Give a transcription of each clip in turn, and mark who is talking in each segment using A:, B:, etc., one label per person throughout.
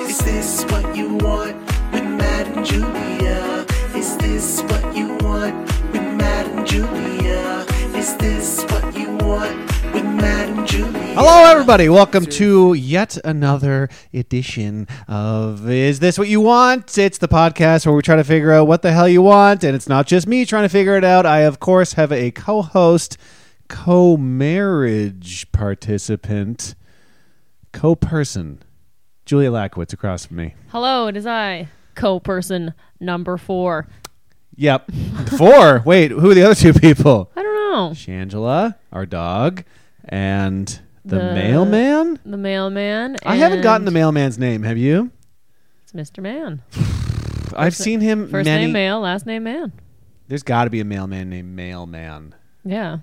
A: Is this what you want with Matt and Julia? Is this what you want with Matt and Julia? Is this what you want with Matt and Julia?
B: Hello, everybody. Welcome to yet another edition of Is This What You Want? It's the podcast where we try to figure out what the hell you want, and it's not just me trying to figure it out. I, of course, have a co host, co marriage participant, co person, Julia Lackwitz across from me.
C: Hello, it is I, co-person number four.
B: Yep. Four. Wait, who are the other two people?
C: I don't know.
B: Shangela, our dog, and the,
C: The-
B: mailman?
C: The mailman.
B: I haven't gotten the
C: and
B: mailman's name. Have you?
C: It's Mr. Man.
B: I've
C: na-
B: seen him
C: First
B: many.
C: name mail, last name man.
B: There's got to be a mailman named Mailman,
C: Yeah.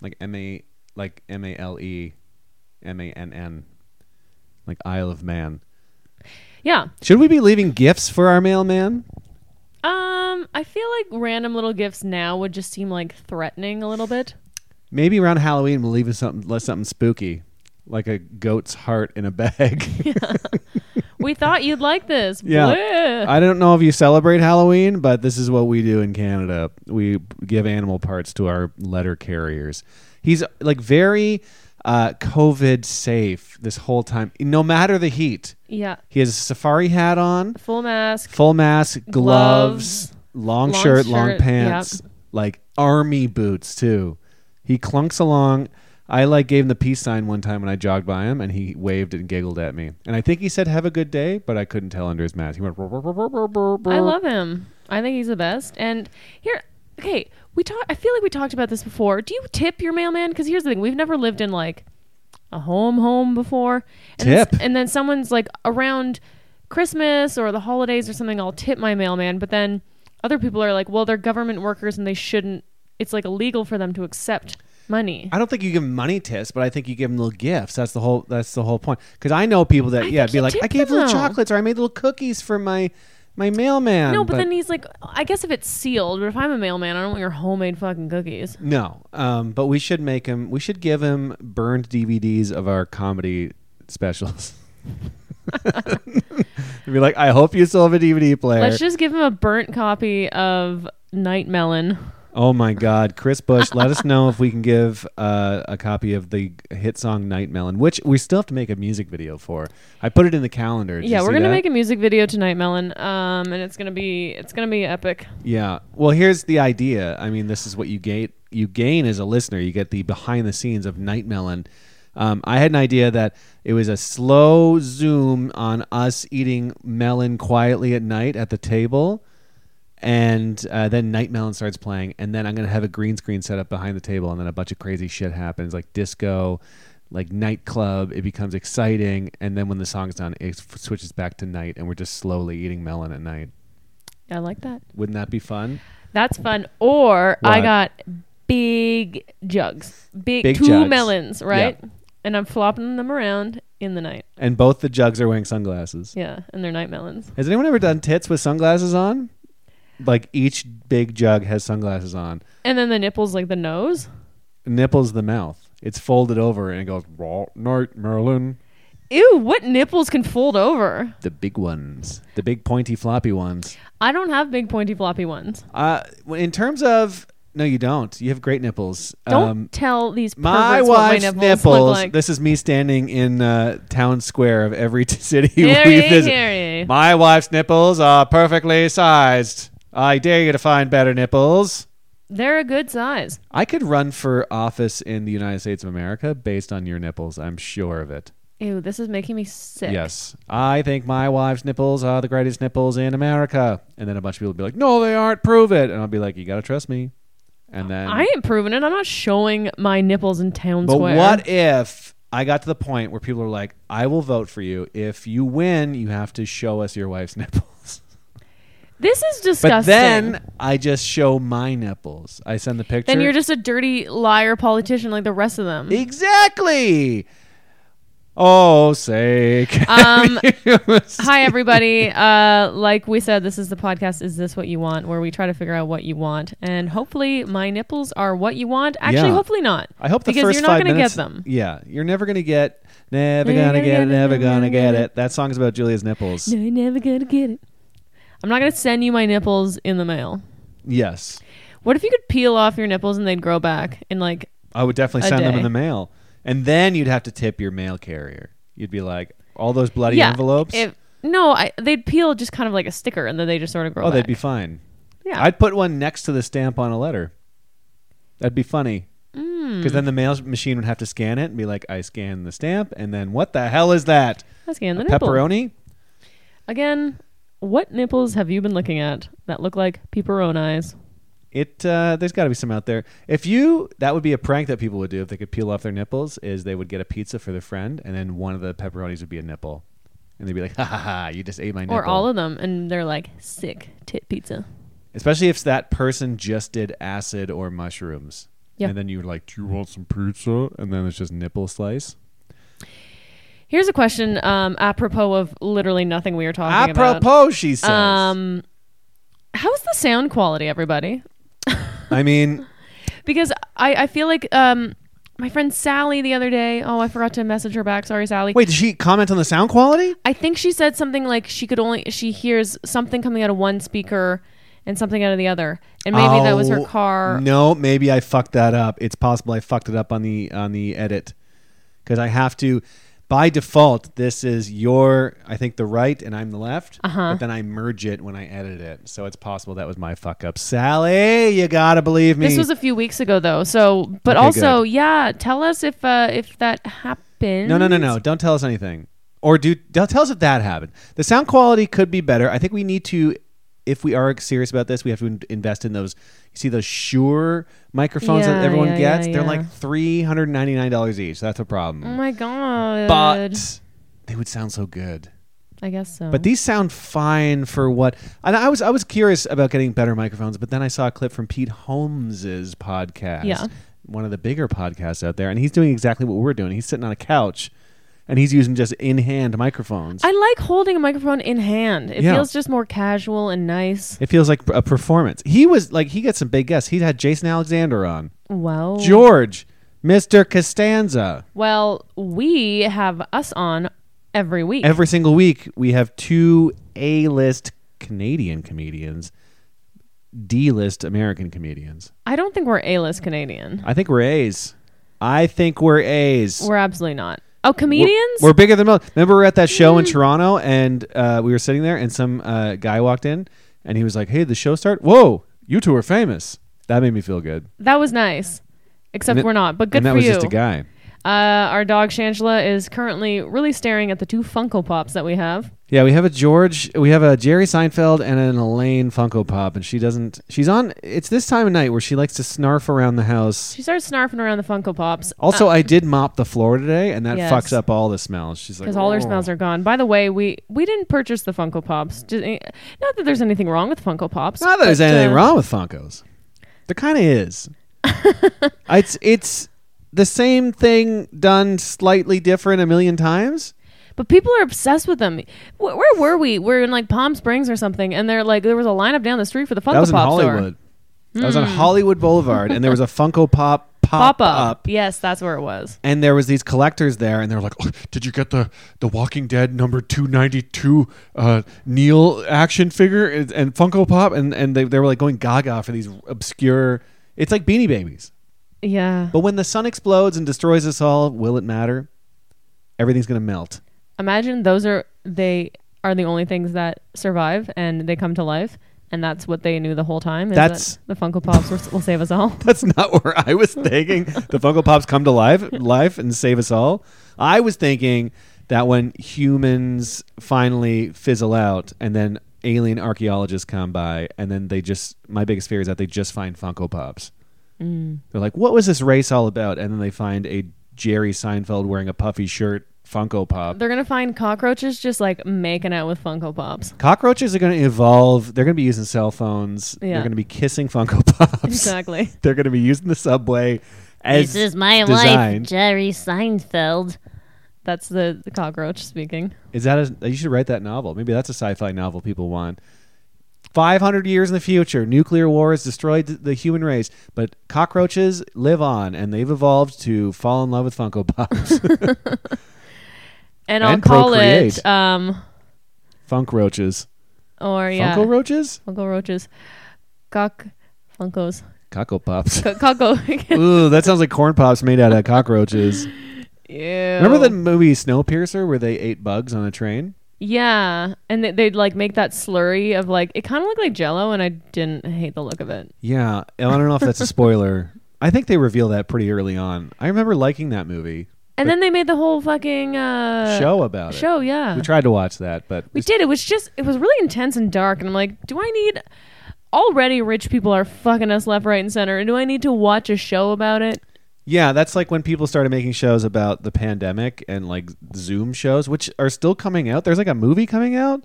B: like M A, like M A L E, M A N N, like Isle of Man.
C: Yeah.
B: Should we be leaving gifts for our mailman?
C: Um, I feel like random little gifts now would just seem like threatening a little bit.
B: Maybe around Halloween we'll leave him something, less something spooky, like a goat's heart in a bag.
C: We thought you'd like this.
B: Yeah.
C: Bleh.
B: I don't know if you celebrate Halloween, but this is what we do in Canada. We give animal parts to our letter carriers. He's like very uh, COVID safe this whole time, no matter the heat.
C: yeah.
B: He has a safari hat on,
C: Full mask.
B: full mask, gloves,
C: Gloves,
B: long,
C: long
B: shirt, long
C: shirt,
B: pants, like army boots too. He clunks along. I like gave him the peace sign one time when I jogged by him, and he waved and giggled at me. And I think he said "Have a good day," but I couldn't tell under his mask. He went. "Brr, brr, brr, brr, brr, brr, brr."
C: I love him. I think he's the best. And here, okay, we talk. I feel like we talked about this before. Do you tip your mailman? Because here's the thing: we've never lived in like a home home before. And then-
B: Tip.
C: and then someone's like around Christmas or the holidays or something. I'll tip my mailman, but then other people are like, well, they're government workers and they shouldn't. It's like illegal for them to accept money.
B: I don't think you give him money tips, but I think you give him little gifts. That's the whole. That's the whole point. Because I know people that yeah
C: think
B: be
C: you
B: like,
C: tip
B: I gave
C: them,
B: little
C: though."
B: chocolates or I made little cookies for my my mailman.
C: no, but, then he's like, I guess if it's sealed, but if I'm a mailman, I don't want your homemade fucking cookies.
B: No, um, but we should make him. We should give him burned DVDs of our comedy specials. Be like, I hope you still have a DVD player.
C: Let's just give him a burnt copy of Night Melon.
B: oh my God, Chris Bush, let us know if we can give uh, a copy of the hit song "Night Melon," which we still have to make a music video for. I put it in the calendar. Did
C: yeah,
B: you
C: we're
B: see
C: gonna
B: that?
C: make a music video tonight, Melon. Um, and it's gonna be it's gonna be epic.
B: Yeah. Well, here's the idea. I mean, this is what you gain. You gain as a listener. You get the behind the scenes of Night Melon. Um, I had an idea that it was a slow zoom on us eating melon quietly at night at the table, and uh, then Night Melon starts playing, and then I'm gonna have a green screen set up behind the table, and then a bunch of crazy shit happens, like disco, like nightclub. It becomes exciting, and then when the song's done, it f- switches back to night, and we're just slowly eating melon at night.
C: I like that.
B: Wouldn't that be fun?
C: That's fun. Or
B: What?
C: I got big jugs, big,
B: Big
C: two
B: jugs.
C: melons, right?
B: Yeah.
C: And I'm flopping them around in the night.
B: And both the jugs are wearing sunglasses.
C: Yeah, and they're night melons.
B: Has anyone ever done tits with sunglasses on? Like each big jug has sunglasses on.
C: And then the nipples like the nose.
B: Nipples the mouth. It's folded over and it goes raw night Merlin.
C: Ew, what nipples can fold over?
B: The big ones. The big pointy floppy ones.
C: I don't have big pointy floppy ones.
B: Uh well, in terms of no you don't. You have great nipples. Um,
C: Don't tell these
B: my
C: perverts what my
B: wife's
C: nipples,
B: nipples.
C: look like.
B: This is me standing in uh, town square of every t- city we
C: Harry,
B: visit.
C: Harry.
B: My wife's nipples are perfectly sized. I dare you to find better nipples.
C: They're a good size.
B: I could run for office in the United States of America based on your nipples. I'm sure of it.
C: Ew, this is making me sick.
B: Yes. I think my wife's nipples are the greatest nipples in America. And then a bunch of people would be like, no, they aren't. Prove it. And I'll be like, you got to trust me. And then.
C: I ain't proving it. I'm not showing my nipples in town
B: but
C: square.
B: what if I got to the point where people are like, I will vote for you. If you win, you have to show us your wife's nipples.
C: This is disgusting.
B: But then I just show my nipples. I send the picture.
C: then you're just a dirty liar politician like the rest of them.
B: Exactly. Oh, sake.
C: Um, hi everybody. Uh, like we said, this is the podcast. Is this what you want? Where we try to figure out what you want, and hopefully my nipples are what you want. Actually,
B: Yeah.
C: hopefully not.
B: I hope the
C: because
B: first
C: you're not
B: five
C: gonna
B: minutes-
C: get them.
B: Yeah, you're never gonna get, never
C: Never
B: gonna
C: gonna
B: get,
C: get
B: it,
C: it,
B: never
C: never
B: gonna
C: gonna
B: get
C: get
B: it. That song's about Julia's nipples.
C: No, you're never gonna get it. I'm not gonna send you my nipples in the mail.
B: Yes,
C: What if you could peel off your nipples and they'd grow back? And like,
B: I would definitely
C: A
B: send them
C: day.
B: in the mail, and then you'd have to tip your mail carrier. You'd be like, all those bloody
C: yeah,
B: envelopes.
C: If, no, I, they'd peel just kind of like a sticker, and then they just sort of grow.
B: oh, they'd
C: back.
B: be fine.
C: Yeah.
B: I'd put one next to the stamp on a letter. That'd be funny.
C: Hmm.
B: Because then the mail machine would have to scan it and be like, I scanned the stamp, and then what the hell is that?
C: Let's scan the nipple.
B: Pepperoni?
C: Again, what nipples have you been looking at that look like pepperonis?
B: It uh, there's got to be some out there. If you that would be a prank that people would do if they could peel off their nipples is they would get a pizza for their friend and then one of the pepperonis would be a nipple, and they'd be like, ha ha ha, you just ate my nipple.
C: Or all of them, and they're like sick tit pizza.
B: especially if that person just did acid or mushrooms.
C: Yeah.
B: And then you're like, do you want some pizza? And then it's just nipple slice.
C: Here's a question um, apropos of literally nothing we were talking about.
B: Apropos, she says.
C: Um, how's the sound quality, everybody?
B: I mean,
C: Because I, I feel like um, my friend Sally the other day. Oh, I forgot to message her back. Sorry, Sally.
B: wait, did she comment on the sound quality?
C: I think she said something like she could only she hears something coming out of one speaker and something out of the other, and maybe that was her
B: Oh,
C: car.
B: No, maybe I fucked that up. It's possible I fucked it up on the on the edit because I have to. By default, this is your I think the right and I'm the left. Uh-huh. But then I merge it when I edit it, so it's possible that was my fuck up. Sally, you gotta believe me.
C: This was a few weeks ago though. So, but
B: Okay,
C: also,
B: good.
C: yeah, tell us if uh, if that happened.
B: No, no, no, no. Don't tell us anything. Or do don't tell us if that happened. The sound quality could be better. I think we need to if we are serious about this, we have to in- invest in those you see those Shure microphones
C: Yeah,
B: that everyone
C: yeah,
B: gets?
C: yeah,
B: They're
C: yeah.
B: like $399 each. That's a problem.
C: Oh my god.
B: but they would sound so good.
C: I guess so.
B: But these sound fine for what and I was I was curious about getting better microphones, but then I saw a clip from Pete Holmes's podcast.
C: Yeah.
B: One of the bigger podcasts out there, and he's doing exactly what we're doing. He's sitting on a couch and he's using just in hand microphones.
C: I like holding a microphone in hand. It
B: Yeah.
C: feels just more casual and nice.
B: it feels like a performance. He was like he got some big guests. He had Jason Alexander on.
C: Wow.
B: George, Mr. Costanza.
C: well, we have us on every week.
B: Every single week, we have two A list Canadian comedians, D list American comedians.
C: I don't think we're A-list Canadian.
B: I think we're A's. I think we're A's.
C: We're absolutely not. Oh, comedians? Mm.
B: We're, bigger than most. Remember, we were at that show in Toronto, and uh, we were sitting there, and some uh, guy walked in, and he was like, "Hey, the show start? Whoa, you two are famous." That made me feel good.
C: that was nice. Except
B: And it-
C: we're not, but good
B: and that
C: for
B: was
C: you.
B: just a guy.
C: Uh, our dog Shangela is currently really staring at the two Funko Pops that we have.
B: Yeah, we have a George, we have a Jerry Seinfeld, and an Elaine Funko Pop, and she doesn't. She's on. It's this time of night where she likes to snarf around the house.
C: She starts snarfing around the Funko Pops.
B: Also, I did mop the floor today, and that
C: Yes.
B: fucks up all the smells. She's like,
C: because all
B: "Oh."
C: their smells are gone. By the way, we we didn't purchase the Funko Pops. Just, eh, not that there's anything wrong with Funko Pops.
B: Not that there's
C: but,
B: anything
C: uh,
B: wrong with Funkos. There kind of is. it's it's the same thing done slightly different a million times.
C: But people are obsessed with them. Wh- where were we? We're in like Palm Springs or something, and they're like there was a lineup down the street for the Funko
B: that was in
C: Pop store. Hmm.
B: Hollywood. That was on Hollywood Boulevard, and there was a Funko Pop pop
C: Pop
B: up.
C: up. Yes, that's where it was.
B: And there was these collectors there, and they were like, "Oh,
D: Did you get the the Walking Dead number two ninety two uh,
B: Neil action figure and, and Funko Pop, and, and they, they were like going gaga for these obscure. It's like Beanie Babies.
C: Yeah.
B: But when the sun explodes and destroys us all, will it matter? Everything's gonna melt.
C: Imagine those are they are the only things that survive and they come to life, and that's what they knew the whole time. Is that
B: That's-
C: the Funko Pops will- will save us all.
B: That's not where I was thinking. the Funko Pops come to life, life and save us all. I was thinking that when humans finally fizzle out, and then alien archaeologists come by, and then they just my biggest fear is that they just find Funko Pops. They're like, "What was this race all about?" And then they find a Jerry Seinfeld wearing a puffy shirt Funko Pop.
C: They're gonna find cockroaches just like making out with Funko Pops.
B: Cockroaches are going to evolve. They're going to be using cell phones. They're
C: Yeah.
B: going to be kissing Funko Pops.
C: Exactly.
B: They're going to be using the subway as
E: This is my
B: designed.
E: wife, Jerry Seinfeld.
C: That's the, the cockroach speaking.
B: Is that a, uh, you should write that novel? Maybe that's a sci-fi novel people want. Five hundred years in the future, nuclear war has destroyed th- the human race, but cockroaches live on, and they've evolved to fall in love with Funko Pops.
C: And, I'll
B: And
C: call
B: procreate.
C: it um
B: Funk roaches,
C: or yeah
B: Funko roaches,
C: Funko roaches, cock Funkos,
B: Coco Pops.
C: Co- Coco.
B: Ooh, that sounds like corn pops made out of cockroaches. Remember the
C: Ew.
B: movie Snowpiercer where they ate bugs on a train?
C: Yeah, and they, they'd like make that slurry of like it kind of looked like Jello, and I didn't hate the look of it.
B: Yeah, I don't know if that's a spoiler. I think they reveal that pretty early on. I remember liking that movie.
C: And then they made the whole fucking uh,
B: show about it.
C: Show, yeah.
B: We tried to watch that, but
C: We did. It was just it was really intense and dark, and I'm like, do I need? Already, rich people are fucking us left, right, and center. Do I need to watch a show about it?
B: Yeah, that's like when people started making shows about the pandemic and like Zoom shows, which are still coming out. There's like a movie coming out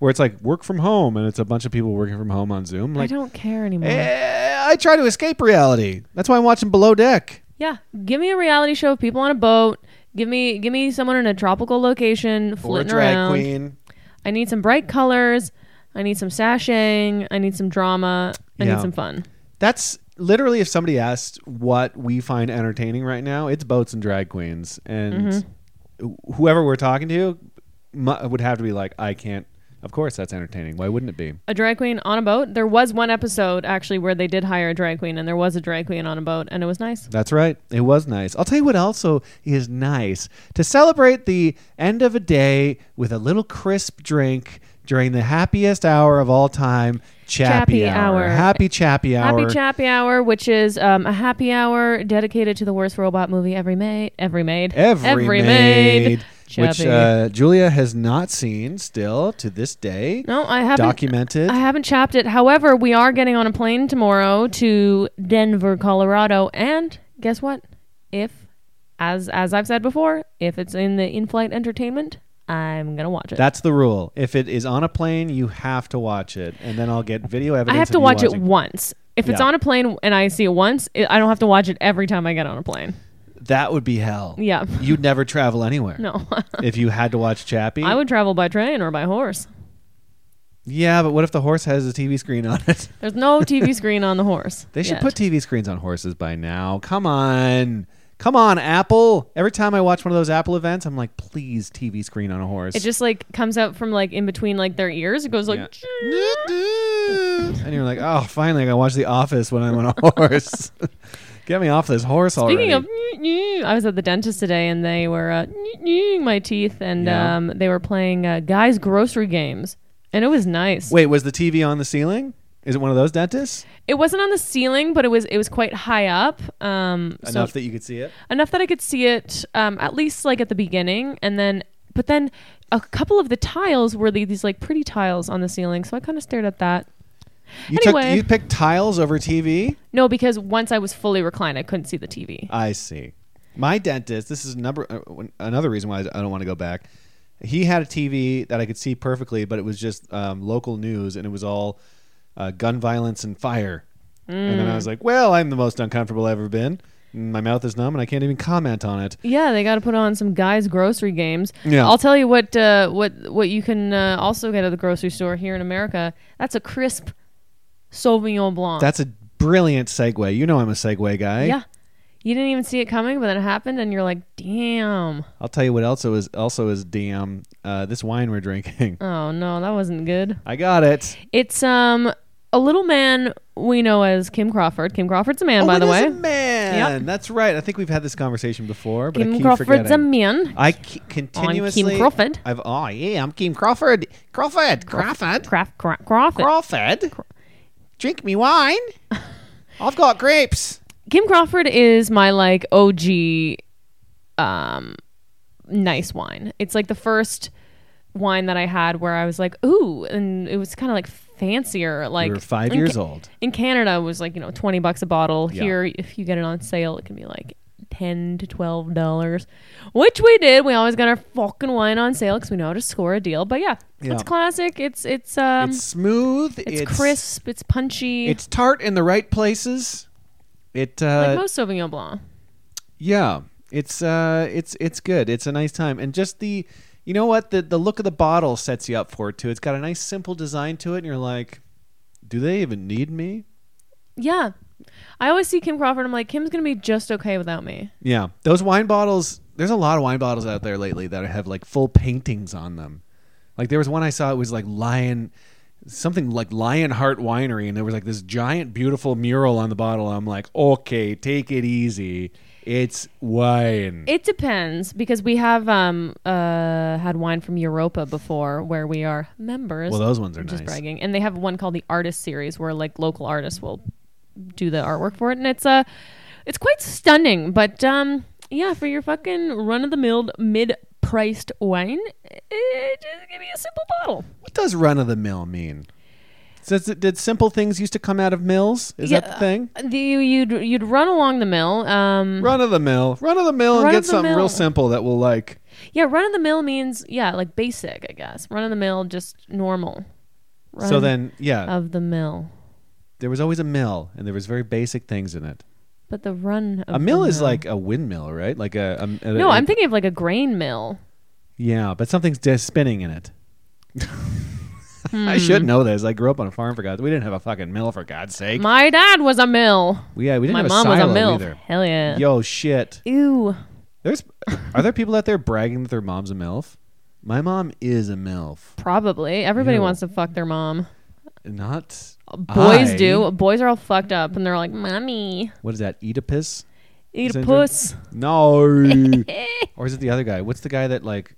B: where it's like work from home and it's a bunch of people working from home on Zoom. Like,
C: I don't care anymore.
B: "Eh, I try to escape reality. That's why I'm watching Below Deck.
C: Yeah, give me a reality show of people on a boat. Give me give me someone in a tropical location
B: Or a
C: flitting
B: drag
C: around.
B: queen.
C: I need some bright colors. I need some sashing. I need some drama. I
B: Yeah.
C: need some fun.
B: That's literally if somebody asked what we find entertaining right now, it's boats and drag queens, and
C: Mm-hmm.
B: wh- whoever we're talking to mu- would have to be like, I can't. Of course, that's entertaining. Why wouldn't it be?
C: A drag queen on a boat. There was one episode actually where they did hire a drag queen, and there was a drag queen on a boat, and it was nice.
B: That's right. It was nice. I'll tell you what also is nice to celebrate the end of a day with a little crisp drink during the happiest hour of all time, Chappy,
C: Chappy
B: hour.
C: hour.
B: Happy Chappy Hour.
C: Happy Chappy Hour, which is um, a happy hour dedicated to the worst robot movie ever made. Every made.
B: Every,
C: made.
B: made, which
C: Chappy.
B: uh, Julia has not seen still to this day.
C: no, I haven't.
B: documented.
C: I haven't chapped it. However, we are getting on a plane tomorrow to Denver, Colorado, and guess what? If, as as I've said before, if it's in the in-flight entertainment, I'm gonna watch it.
B: That's the rule. If it is on a plane, you have to watch it, and then I'll get video evidence.
C: I have
B: of
C: to
B: you
C: watch it
B: watching.
C: once. If it's
B: Yeah.
C: on a plane and I see it once, it, I don't have to watch it every time I get on a plane.
B: That would be hell.
C: Yeah.
B: You'd never travel anywhere.
C: No,
B: if you had to watch Chappie,
C: I would travel by train or by horse.
B: Yeah, but what if the horse has a TV screen on it?
C: There's no TV screen on the horse.
B: They should
C: yet.
B: put TV screens on horses by now. Come on. Come on, Apple. Every time I watch one of those Apple events, I'm like, please, TV screen on a horse.
C: It just like comes out from like in between like their ears. It goes like.
B: Yeah. and you're like, oh, finally, I gotta watch The Office when I'm on a horse. Get me off this horse already.
C: Speaking of, I was at the dentist today and they were uh, my teeth and
B: Yeah.
C: um, they were playing uh, guys' grocery games and it was nice.
B: Wait, was the TV on the ceiling? Is it one of those dentists?
C: It wasn't on the ceiling, but it was it was quite high up, um, so
B: Enough that you could see it.
C: enough that I could see it um, at least like at the beginning and then. But then a couple of the tiles were the, these like pretty tiles on the ceiling, so I kind of stared at that.
B: You
C: Anyway.
B: took you picked tiles over TV.
C: No, because once I was fully reclined, I couldn't see the TV.
B: I see. My dentist. This is number uh, one- another reason why I don't want to go back. He had a TV that I could see perfectly, but it was just um, local news, and it was all uh, gun violence and fire. And then I
C: Mm.
B: was like, "Well, I'm the most uncomfortable I've ever been. My mouth is numb, and I can't even comment on it."
C: Yeah, they got to put on some guys' grocery games.
B: Yeah.
C: I'll tell you what uh, what what you can uh, also get at the grocery store here in America. That's a crisp Sauvignon Blanc.
B: That's a brilliant segue. You know, I'm a segue guy.
C: yeah. You didn't even see it coming, but then it happened, and you're like, "Damn!
B: I'll tell you what else is also is damn uh, this wine we're drinking.
C: Oh no, that wasn't good."
B: I got it.
C: It's um a little man we know as Kim Crawford. Kim Crawford's a man,
B: Oh,
C: by
B: it
C: the
B: is
C: way.
B: a man. That's right. I think we've had this conversation before, but I
C: Kim
B: keep
C: Crawford's a
B: forgetting.
C: man.
B: I c- continuously.
C: Crawford.
B: I've oh yeah, I'm Keem Crawford. Crawford. Crawford.
C: Craft Cra- Crawford.
B: Crawford. Drink me wine. I've got grapes.
C: Kim Crawford is my like OG um nice wine. It's like the first wine that I had where I was like, ooh, and it was kind of like fancier. Like
B: we were five
C: in
B: years
C: Ca-
B: old.
C: In Canada, it was like you know twenty bucks a bottle.
B: Yeah.
C: Here, if you get it on sale, it can be like ten to twelve dollars, which we did. We always got our fucking wine on sale because we know how to score a deal. But yeah,
B: Yeah.
C: it's classic. It's it's um
B: it's
C: it's,
B: smooth.
C: crisp. It's punchy.
B: It's tart in the right places. It. Uh,
C: like most Sauvignon Blanc.
B: yeah. It's uh, it's it's good. It's a nice time, and just the, you know what, the the look of the bottle sets you up for it too. It's got a nice simple design to it, and you're like, do they even need me?
C: Yeah. I always see Kim Crawford. I'm like, Kim's gonna be just okay without me.
B: Yeah, those wine bottles. There's a lot of wine bottles out there lately that have like full paintings on them. Like there was one I saw. It was like lion, something like Lionheart Winery, and there was like this giant, beautiful mural on the bottle. I'm like, okay, take it easy. It's wine.
C: It depends because we have um uh had wine from Europa before, where we are members.
B: well, those ones are
C: I'm just
B: nice.
C: bragging, and they have one called the Artist Series, where like local artists will do the artwork for it, and it's uh it's quite stunning. But um, yeah, for your fucking run of the mill mid priced wine, eh, just give me a simple bottle.
B: What does run of the mill mean? Does it, did simple things used to come out of mills? Is that
C: Yeah, uh,
B: the thing?
C: The, you'd you'd run along the mill. Um,
B: Run of the mill, run of the mill, and
C: Run of
B: get
C: the
B: something real
C: mill.
B: simple that will like.
C: yeah, run of the mill means yeah, like basic, I guess. Run of the mill, just normal. Run
B: so then, yeah,
C: of the mill,
B: there was always a mill, and there was very basic things in it.
C: but the run of
B: A mill
C: the
B: is like a windmill, right? Like a, a- a-
C: Uh-huh. no.
B: a-
C: I'm thinking of like a grain mill.
B: Yeah, but something's just spinning in it. I should know this. I grew up on a farm. For God's, we didn't have a fucking mill. For God's sake,
C: Hmm. My dad was a mill.
B: we, yeah, we didn't
C: My
B: have
C: mom
B: a
C: was
B: silo
C: a mill.
B: either.
C: Hell yeah.
B: Yo, shit.
C: Ew.
B: There's are there people out there bragging that their mom's a milf? My mom is a milf.
C: Probably everybody
B: Ew.
C: wants to fuck their mom.
B: Not
C: Boys
B: I.
C: do. Boys are all fucked up, and they're like, "Mommy,
B: What is that? Oedipus?
C: eat a
B: Syndrome?
C: puss."
B: No. or is it the other guy? What's the guy that like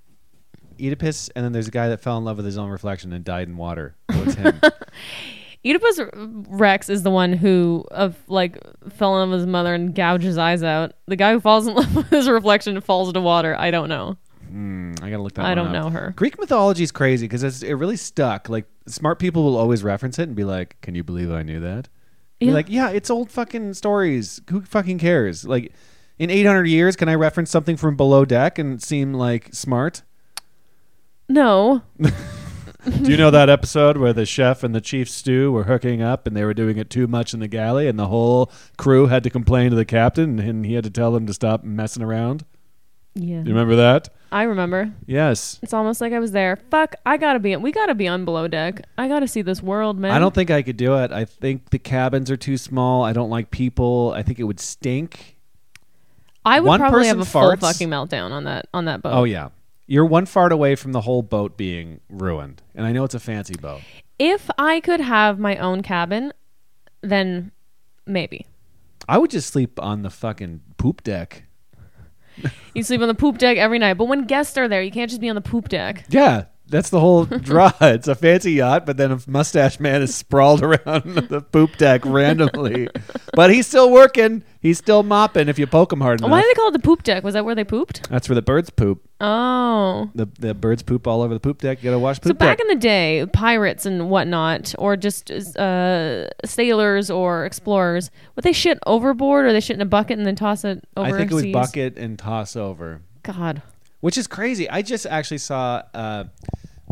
B: Oedipus? And then there's a guy that fell in love with his own reflection and died in water. What's him?
C: Oedipus Rex is the one who of like fell in love with his mother and gouged his eyes out. The guy who falls in love with his reflection and falls into water. I don't know.
B: I gotta look that.
C: I
B: one
C: don't
B: up.
C: know her.
B: Greek mythology is crazy because it really stuck. Like smart people will always reference it and be like, "Can you believe I knew that?" You're
C: Yeah.
B: Like, yeah, it's old fucking stories. Who fucking cares? Like, in 800 years, can I reference something from below deck and seem like smart?
C: No.
B: Do you know that episode where the chef and the chief stew were hooking up and they were doing it too much in the galley and the whole crew had to complain to the captain and he had to tell them to stop messing around?
C: Yeah.
B: You remember that?
C: I remember.
B: Yes.
C: It's almost like I was there. Fuck, I gotta be. We gotta be on below deck. I gotta see this world, man.
B: I don't think I could do it. I think the cabins are too small. I don't like people. I think it would stink.
C: I would
B: one
C: probably have
B: person
C: a
B: farts.
C: full fucking meltdown on that on that boat.
B: Oh yeah. You're one fart away from the whole boat being ruined. And I know it's a fancy boat.
C: If I could have my own cabin, then maybe.
B: I would just sleep on the fucking poop deck.
C: You sleep on the poop deck every night, but when guests are there, you can't just be on the poop deck.
B: Yeah. That's the whole draw. It's a fancy yacht, but then a mustache man is sprawled around the poop deck randomly. but he's still working. He's still mopping if you poke him hard enough.
C: Why do they call it the poop deck? Was that where they pooped?
B: That's where the birds poop.
C: Oh.
B: The, the birds poop all over the poop deck. You gotta wash poop
C: So back
B: deck.
C: in the day, pirates and whatnot, or just uh, sailors or explorers, would they shit overboard or they shit in a bucket and then toss it over?
B: I think it was
C: seas?
B: bucket and toss over.
C: God.
B: which is crazy. I just actually saw uh,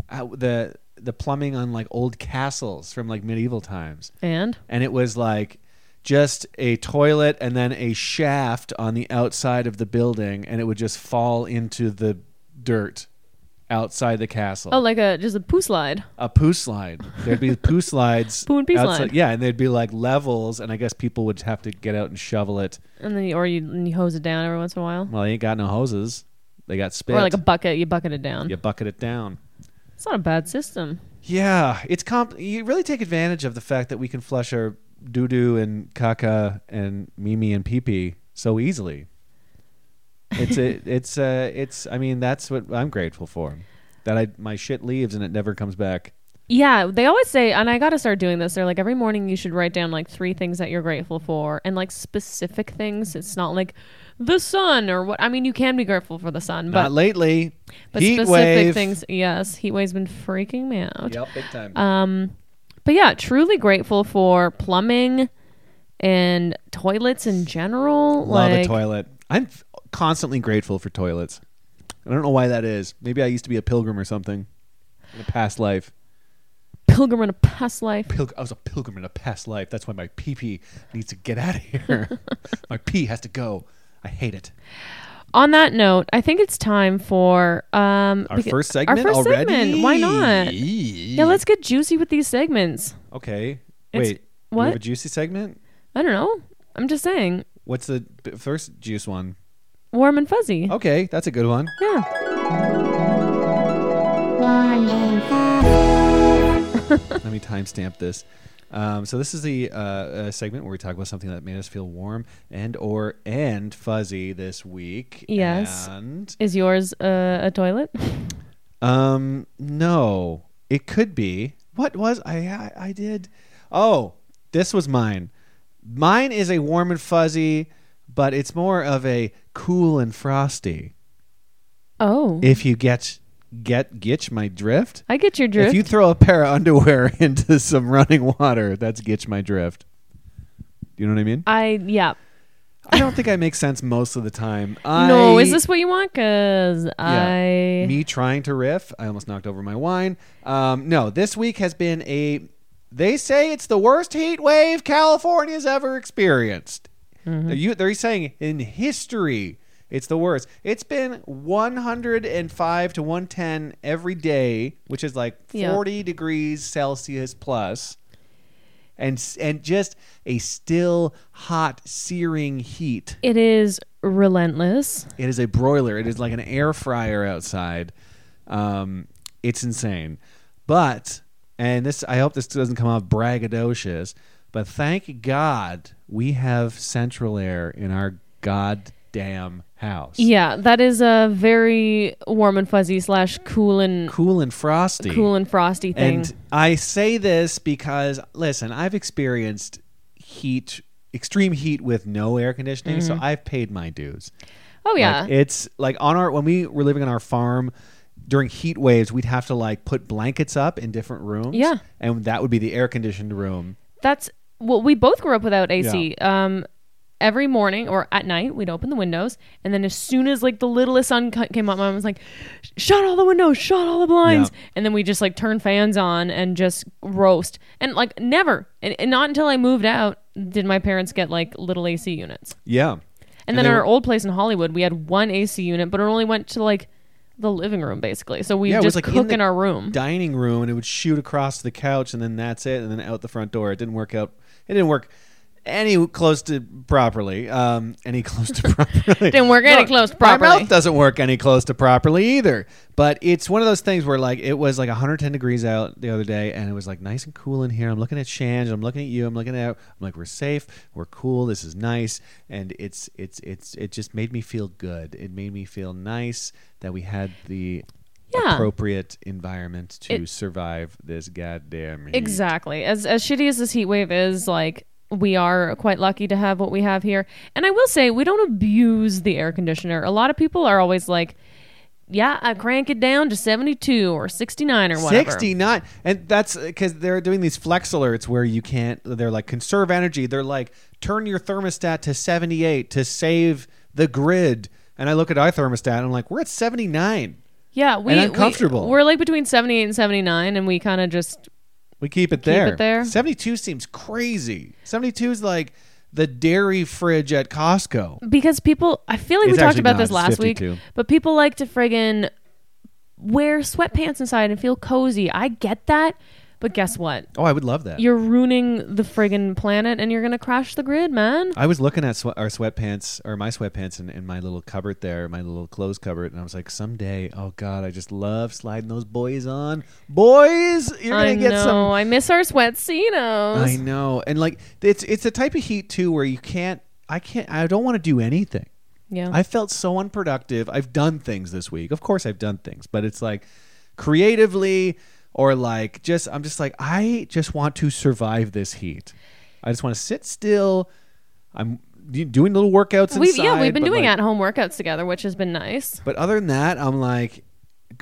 B: uh, the the plumbing on like old castles from like medieval times,
C: And
B: and it was like just a toilet and then a shaft on the outside of the building, and it would just fall into the dirt outside the castle.
C: oh, like a just a poo slide.
B: a poo slide. There'd be poo slides.
C: Poo and pee
B: outside-
C: slide.
B: Yeah, and there'd be like levels, and I guess people would have to get out and shovel it.
C: And then you, or you, and you hose it down every once in a while,
B: Well, they ain't got no hoses. They got spit.
C: or like a bucket, you bucket it down.
B: you bucket it down.
C: It's not a bad system.
B: Yeah, it's comp. You really take advantage of the fact that we can flush our doo doo and caca and mimi and pee pee so easily. It's a, it's uh, it's. I mean, that's what I'm grateful for. That I my shit leaves and it never comes back.
C: Yeah, they always say, and I got to start doing this. They're like, every morning you should write down like three things that you're grateful for and like specific things. It's not like the sun or what. I mean, you can be grateful for the sun,
B: Not
C: but,
B: lately.
C: but
B: Heat
C: specific
B: wave.
C: things. Um, Yes, heat wave's been freaking me out.
B: Yep, big time.
C: But yeah, truly grateful for plumbing and toilets in general.
B: Love
C: like,
B: a toilet. I'm f- constantly grateful for toilets. I don't know why that is. Maybe I used to be a pilgrim or something in a past life.
C: pilgrim in a past life.
B: pilg- I was a pilgrim in a past life. That's why my pee pee needs to get out of here. my pee has to go. I hate it.
C: on that note, I think it's time for um
B: Our
C: beca-
B: first segment
C: our first
B: already.
C: Segment. Why not? Yeah,
B: Yeah,
C: let's get juicy with these segments.
B: Okay.
C: It's-
B: Wait. We
C: what?
B: have a juicy segment.
C: I don't know. I'm just saying,
B: What's the b- first juice one?
C: warm and fuzzy.
B: Okay, that's a good one.
C: Yeah.
B: Let me timestamp this. Um, so this is the uh, uh, segment where we talk about something that made us feel warm and or and fuzzy this week.
C: Yes.
B: And
C: Is yours uh, a toilet?
B: um, no, it could be. What was I? I, I did. Oh, this was mine. Mine is a warm and fuzzy, but it's more of a cool and frosty.
C: Oh,
B: If you get get get my drift.
C: I get your drift.
B: If you throw a pair of underwear into some running water, that's gitch my drift. Do you know what I mean?
C: I yeah.
B: I don't think I make sense most of the time. I,
C: no, is this what you want? Cause I
B: me trying to riff? I almost knocked over my wine. Um, no, this week has been a. They say it's the worst heat wave California's ever experienced.
C: Mm-hmm.
B: They're, you, they're saying in history it's the worst. It's been 105 to 110 every day, which is like
C: Yeah.
B: 40 degrees Celsius plus. And, s- and just a still hot, searing heat.
C: it is relentless.
B: It is a broiler. It is like an air fryer outside. Um, it's insane. But and this, I hope this doesn't come off braggadocious. But thank God we have central air in our goddamn house.
C: Yeah, that is a very warm and fuzzy slash cool and
B: Cool and frosty.
C: cool and frosty thing.
B: And I say this because listen, I've experienced heat, extreme heat with no air conditioning, so
C: Mm-hmm.
B: I've paid my dues.
C: oh yeah,
B: Like, it's like on our when we were living on our farm during heat waves, we'd have to like put blankets up in different rooms.
C: Yeah.
B: and that would be the air conditioned room.
C: that's well. We both grew up without AC. Um, every morning or at night, we'd open the windows, and then as soon as like the littlest sun cu- came up, mom was like, "Sh- "Shut all the windows, shut all the blinds,"
B: Yeah.
C: and then we just like turn fans on and just roast. And like never, and, and not until I moved out did my parents get like little AC units.
B: Yeah,
C: And,
B: And
C: then
B: they
C: at our
B: were-
C: old place in Hollywood, we had one AC unit, but it only went to like the living room basically. So we
B: yeah. it was
C: just
B: like
C: cook
B: the
C: in, our room.
B: dining room, and it would shoot across the couch, and then that's it, and then out the front door. It didn't work out. It didn't work any close to properly. Um, any close to properly.
C: Didn't work any close to
B: My
C: properly.
B: mouth doesn't work any close to properly either. But it's one of those things where like it was like 110 degrees out the other day, and it was like nice and cool in here. I'm looking at Shange, I'm looking at you, I'm looking at. I'm like, we're safe, we're cool, this is nice, and it's it's it's it just made me feel good. It made me feel nice that we had the.
C: Yeah.
B: Appropriate environment to
C: It-
B: survive this goddamn heat.
C: Exactly. As as shitty as this heat wave is, like we are quite lucky to have what we have here. And I will say we don't abuse the air conditioner. A lot of people are always like, "Yeah, I crank it down to 72 or 69 or whatever."
B: 69 and that's because they're doing these flex alerts where you can't they're like conserve energy they're like turn your thermostat to 78 to save the grid and i look at our thermostat and i'm like we're at 79
C: Yeah, we
B: And uncomfortable.
C: We, we're like between 78 and 79 and we kind of just
B: we keep it there
C: it there.
B: 72 seems crazy 72 is like the dairy fridge at costco
C: because people I feel like
B: It's
C: we talked
B: actually
C: about
B: not,
C: this
B: it's
C: last
B: 52.
C: week, but people like to friggin wear sweatpants inside and feel cozy. I get that, but guess what?
B: oh i would love that
C: You're ruining the friggin' planet and you're gonna crash the grid, man.
B: I was looking at swe our sweatpants or my sweatpants in, in my little cupboard there, my little clothes cupboard, and I was like, someday, oh god, I just love sliding those boys on. Boys, you're gonna
C: I
B: get
C: know.
B: some.
C: I miss our sweatsinos.
B: I know, and like it's it's a type of heat too where you can't. I can't. I don't want to do anything.
C: yeah.
B: I felt so unproductive. I've done things this week. Of course, I've done things, but it's like creatively or like just, I'm just like, I just want to survive this heat. I just want to sit still. I'm d- doing little workouts
C: we've,
B: inside.
C: yeah, we've been
B: but,
C: doing
B: like-
C: at-home workouts together, which has been nice.
B: But other than that, I'm like,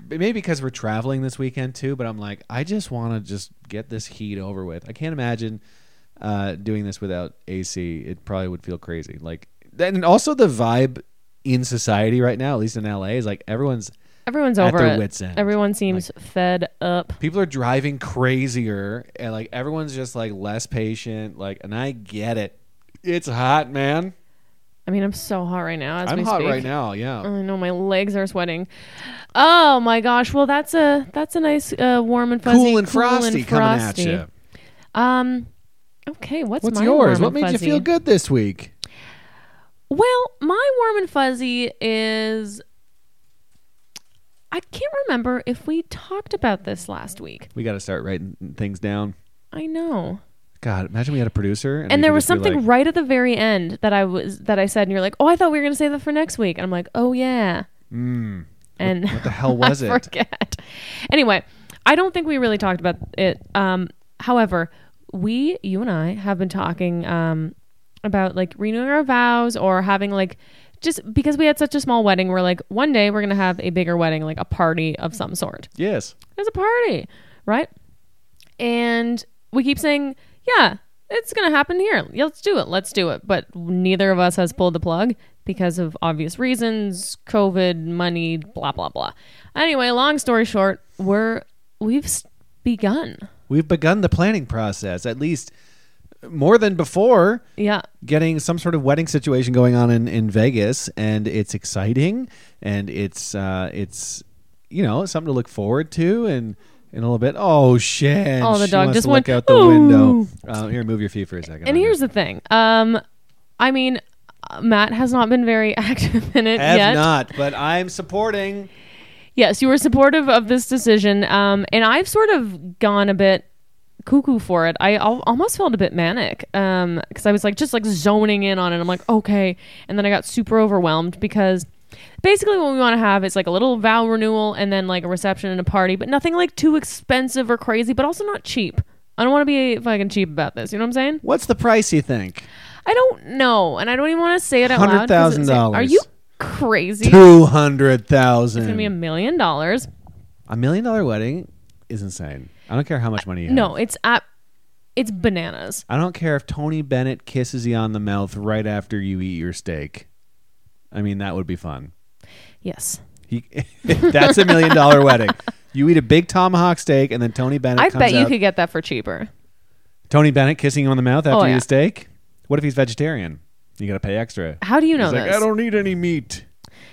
B: maybe because we're traveling this weekend too, but I'm like, I just want to just get this heat over with. I can't imagine uh, doing this without AC. It probably would feel crazy. Like, and also the vibe in society right now, at least in LA, is like everyone's
C: Everyone's
B: At
C: over
B: their
C: it.
B: wits' end.
C: Everyone seems fed up.
B: people are driving crazier, and like everyone's just like less patient. Like, and I get it. It's hot, man.
C: I mean, I'm so hot right now. As
B: I'm
C: we
B: hot
C: speak. Mm-hmm.
B: right now. Yeah.
C: I know my legs are sweating. Oh my gosh! Well, that's a that's a nice uh, warm and fuzzy,
B: cool and frosty coming
C: frosty.
B: at you.
C: Um, okay, what's,
B: What's
C: my
B: yours?
C: warm
B: What
C: and
B: made you
C: fuzzy?
B: feel good this week?
C: Well, my warm and fuzzy is I can't remember if we talked about this last week.
B: We got to start writing things down.
C: I know.
B: God, imagine we had a producer and, we
C: and there
B: could
C: was
B: just be
C: something
B: like-
C: right at the very end that I was that I said, and you're like, "Oh, I thought we were going to say that for next week," and I'm like, "Oh yeah." And
B: Mm. What the hell was
C: I
B: it?
C: forget. Anyway, I don't think we really talked about it. Um, however, we, you and I, have been talking um, about like renewing our vows or having like just because we had such a small wedding, we're like, one day we're gonna have a bigger wedding, like a party of some sort
B: Yes.
C: there's a party, right? And we keep saying, yeah, it's going to happen here. Yeah, Let's do it. Let's do it. But neither of us has pulled the plug because of obvious reasons, COVID, money, blah blah blah. Anyway, long story short, we're we've s- begun.
B: We've begun the planning process, at least more than before,
C: Yeah.
B: getting some sort of wedding situation going on in, in Vegas, and it's exciting, and it's uh, it's you know something to look forward to, and in a little bit. Oh shit!
C: Oh, the
B: she
C: dog
B: wants
C: just
B: to look
C: went,
B: out the
C: "Ooh."
B: window. Uh, here, move your feet for a second.
C: And here's the thing. Um I mean, uh, Matt has not been very active in it
B: have
C: yet.
B: not, but I'm supporting.
C: Yes, you were supportive of this decision, um, and I've sort of gone a bit cuckoo for it. I al- almost felt a bit manic because I was like just like zoning in on it. I'm like, okay, and then I got super overwhelmed because basically what we want to have is like a little vow renewal and then like a reception and a party, but nothing like too expensive or crazy, but also not cheap. I don't want to be fucking cheap about this. You know what I'm saying?
B: What's the price you think?
C: I don't know, and I don't even want to say it out loud. 'cause it's-
B: $100,000.
C: Are you crazy?
B: Two hundred
C: It's gonna be a
B: thousand.
C: million dollars.
B: A million dollar wedding is insane. I don't care how much money you have.
C: No, it's at it's bananas.
B: I don't care if Tony Bennett kisses you on the mouth right after you eat your steak. I mean, that would be fun.
C: Yes.
B: He, that's a million dollar wedding. You eat a big tomahawk steak, and then Tony Bennett.
C: I
B: comes
C: bet you
B: out-
C: could get that for cheaper.
B: Tony Bennett kissing you on the mouth after
C: Oh,
B: you eat
C: yeah.
B: a steak. What if he's vegetarian? You gotta pay extra.
C: How do you know
D: He's like,
C: this?
D: I don't need any meat.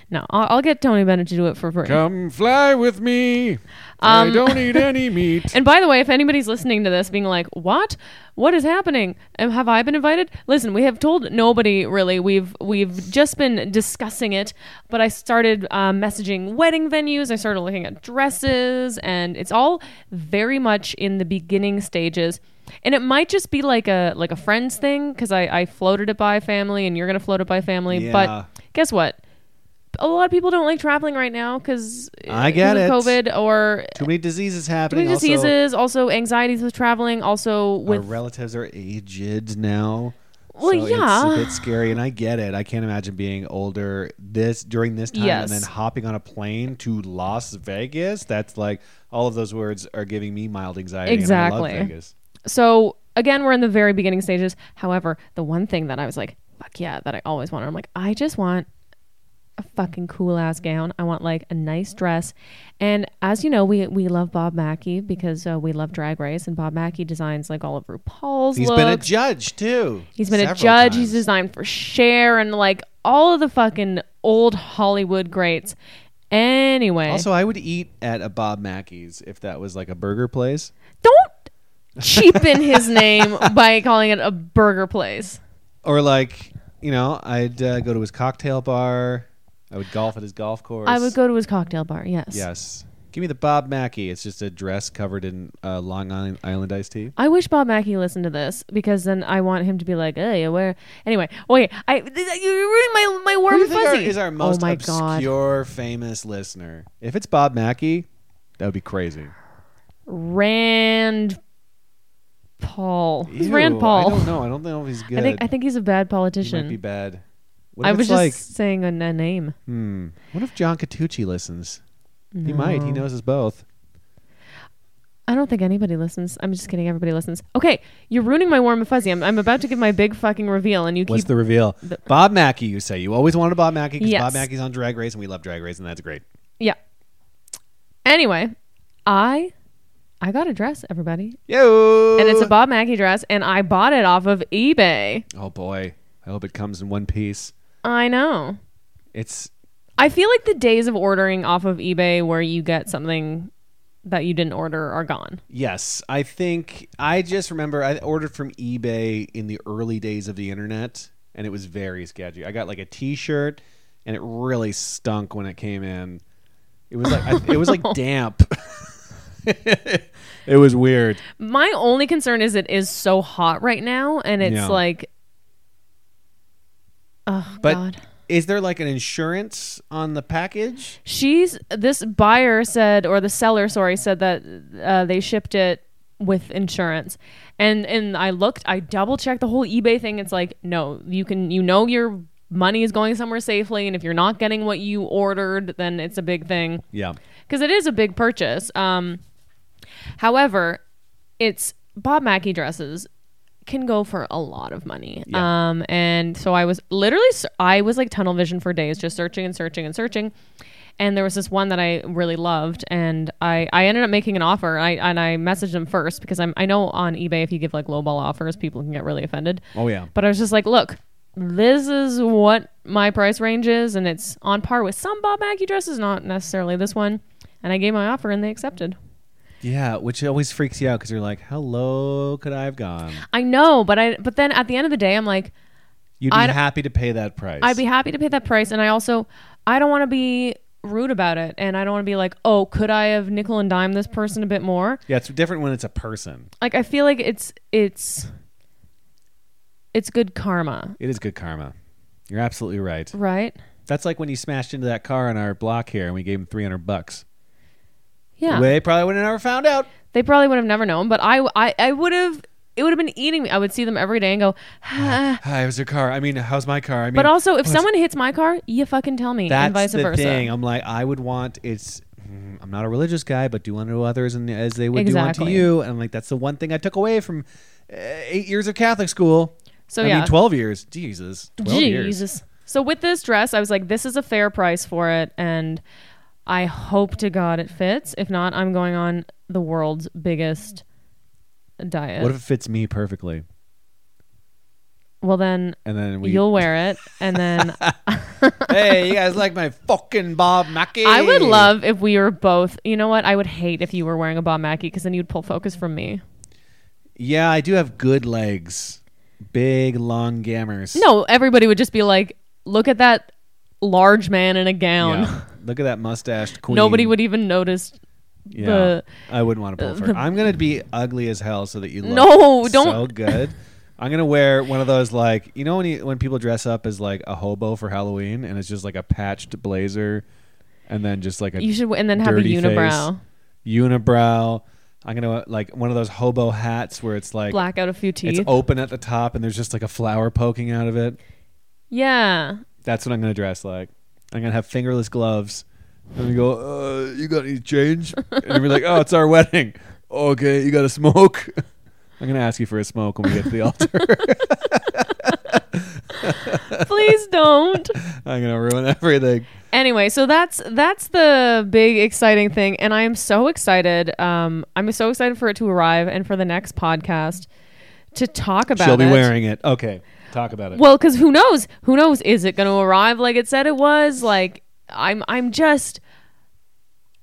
C: no, I'll, I'll get Tony Bennett to do it for free.
D: Come fly with me. I don't need any meat.
C: Um, And by the way, if anybody's listening to this being like, "What? What is happening? Am- Have I been invited?" Listen, we have told nobody really. We've we've just been discussing it, but I started um, messaging wedding venues. I started looking at dresses, and it's all very much in the beginning stages. And it might just be like a like a friends thing because I I floated it by family, and you're gonna float it by family.
B: Yeah.
C: But guess what? A lot of people don't like traveling right now because
B: I get it.
C: COVID or
B: Too many diseases happening.
C: Between
B: also,
C: diseases, also anxieties with traveling, also
B: Our
C: with
B: relatives are aged now.
C: Well,
B: so
C: yeah.
B: it's a bit scary, and I get it. I can't imagine being older this during this time,
C: Yes.
B: and then hopping on a plane to Las Vegas. That's like all of those words are giving me mild anxiety.
C: Exactly.
B: And I love Vegas.
C: so again, we're in the very beginning stages. However, the one thing that I was like, fuck yeah, that I always wanted. I'm like, I just want a fucking cool ass gown. I want like a nice dress. And as you know, we we love Bob Mackey because uh, we love Drag Race, and Bob Mackey designs like all of RuPaul's.
B: He's
C: looks.
B: been a judge too.
C: He's been a
B: several
C: judge.
B: times.
C: He's designed for Cher and like all of the fucking old Hollywood greats. Anyway,
B: also, I would eat at a Bob Mackey's if that was like a burger place.
C: don't cheapen his name by calling it a burger place.
B: or like you know i'd uh, go to his cocktail bar i would golf at his golf course
C: I would go to his cocktail bar. Yes.
B: yes give me the bob mackey it's just a dress covered in uh, long island, island iced tea
C: I wish Bob Mackey listened to this because then I want him to be like, "Hey, where?" Anyway, wait, I you're ruining my my warm
B: who do you
C: and
B: think our-
C: fuzzy.
B: is our most
C: oh my god,
B: obscure famous listener if it's bob mackey that would be crazy
C: Rand Paul. Who's
B: Ew,
C: Rand Paul?
B: i don't know i don't know if he's good
C: I think I think he's a bad
B: he might
C: politician.
B: be bad what if
C: I was
B: it's
C: just
B: like
C: saying a, a name.
B: hmm what if john Catucci listens he might he knows us both
C: I don't think anybody listens. I'm just kidding. Everybody listens. Okay, you're ruining my warm and fuzzy. I'm, I'm about to give my big fucking reveal, and you
B: What's
C: keep
B: the reveal? Bob Mackey, you say. You always wanted Bob Mackey because
C: Yes.
B: Bob Mackey's on Drag Race, and we love Drag Race, and that's great.
C: Yeah. Anyway, I I got a dress, everybody.
B: Yo!
C: And it's a Bob Mackey dress, and I bought it off of eBay.
B: Oh, boy. I hope it comes in one piece.
C: I know.
B: It's
C: I feel like the days of ordering off of eBay where you get something that you didn't order are gone.
B: yes. I think I just remember I ordered from eBay in the early days of the internet, and it was very sketchy. I got like a T-shirt, and it really stunk when it came in. It was like I, it was like damp. it was weird.
C: My only concern is it is so hot right now and it's
B: Yeah.
C: like Oh
B: But
C: god.
B: is there like an insurance on the package?
C: She's this buyer said or the seller sorry said that uh, they shipped it with insurance. And and I looked, I double checked the whole eBay thing. It's like, no, you can you know your money is going somewhere safely and if you're not getting what you ordered, then it's a big thing.
B: Yeah.
C: because it is a big purchase. Um, however, it's Bob Mackie dresses can go for a lot of money.
B: Yeah.
C: Um, and so I was literally ser- I was like tunnel vision for days, just searching and searching and searching. And there was this one that I really loved, and I, I ended up making an offer. I and I messaged them first because I'm I know on eBay if you give like lowball offers, people can get really offended.
B: Oh, yeah.
C: But I was just like, look, this is what my price range is, and it's on par with some Bob Mackie dresses, not necessarily this one. And I gave my offer, and they accepted.
B: Yeah, which always freaks you out because you're like, "How low could I have gone?"
C: I know, but I but then at the end of the day, I'm like,
B: You'd be
C: I'd-
B: happy to pay that price.
C: I'd be happy to pay that price, and I also I don't want to be rude about it, and I don't want to be like, oh, could I have nickel and dime this person a bit more?
B: yeah, it's different when it's a person.
C: Like I feel like it's it's it's good karma,
B: It is good karma. You're absolutely right.
C: right?
B: That's like when you smashed into that car on our block here, and we gave him 300 bucks.
C: Yeah.
B: They probably would have never found out.
C: They probably would have never known, but I, I, I would have. It would have been eating me. I would see them every day and go. "Ah."
B: Hi, it was your car. I mean, how's my car? I mean, oh,
C: But also, if someone hits my car, you fucking tell me,
B: that's
C: and vice
B: the
C: versa.
B: thing. I'm like, I would want it's. mm, I'm not a religious guy, but do unto others and as they would do unto
C: Exactly.
B: you. And I'm like, that's the one thing I took away from uh, eight years of Catholic school.
C: So,
B: I
C: yeah.
B: mean, 12 years. Jesus, 12 years.
C: Jesus. So with this dress, I was like, this is a fair price for it, and I hope to God it fits. If not, I'm going on the world's biggest diet.
B: What if it fits me perfectly?
C: well, then
B: And then we.
C: you'll wear it, and then
B: hey, you guys like my fucking Bob Mackie?
C: I would love if we were both. You know what? I would hate if you were wearing a Bob Mackie because then you'd pull focus from me.
B: Yeah, I do have good legs, big long gammers.
C: No, everybody would just be like, look at that large man in a gown.
B: Yeah. Look at that mustached queen.
C: Nobody would uh, even notice.
B: Yeah,
C: the-
B: I wouldn't want to pull for. it. I'm gonna be ugly as hell so that you look
C: No,
B: so
C: don't-
B: good. I'm gonna wear one of those like you know when you, when people dress up as like a hobo for Halloween and it's just like a patched blazer, and then just like a
C: You should, and then have a
B: dirty face,
C: unibrow,
B: unibrow. I'm gonna uh, like one of those hobo hats where it's like
C: black out a few teeth.
B: it's open at the top and there's just like a flower poking out of it.
C: yeah,
B: That's what I'm gonna dress like. I'm gonna have fingerless gloves. And we go, uh, you got any change? And we're like, oh, it's our wedding. Okay, you got a smoke? I'm gonna ask you for a smoke when we get to the altar.
C: please don't.
B: I'm gonna ruin everything.
C: Anyway, so that's that's the big exciting thing, and I am so excited. Um, I'm so excited for it to arrive and for the next podcast to talk about.
B: She'll be
C: it.
B: wearing it. Okay, talk about it.
C: Well, because who knows? Who knows? Is it going to arrive like it said it was? Like I'm, I'm just,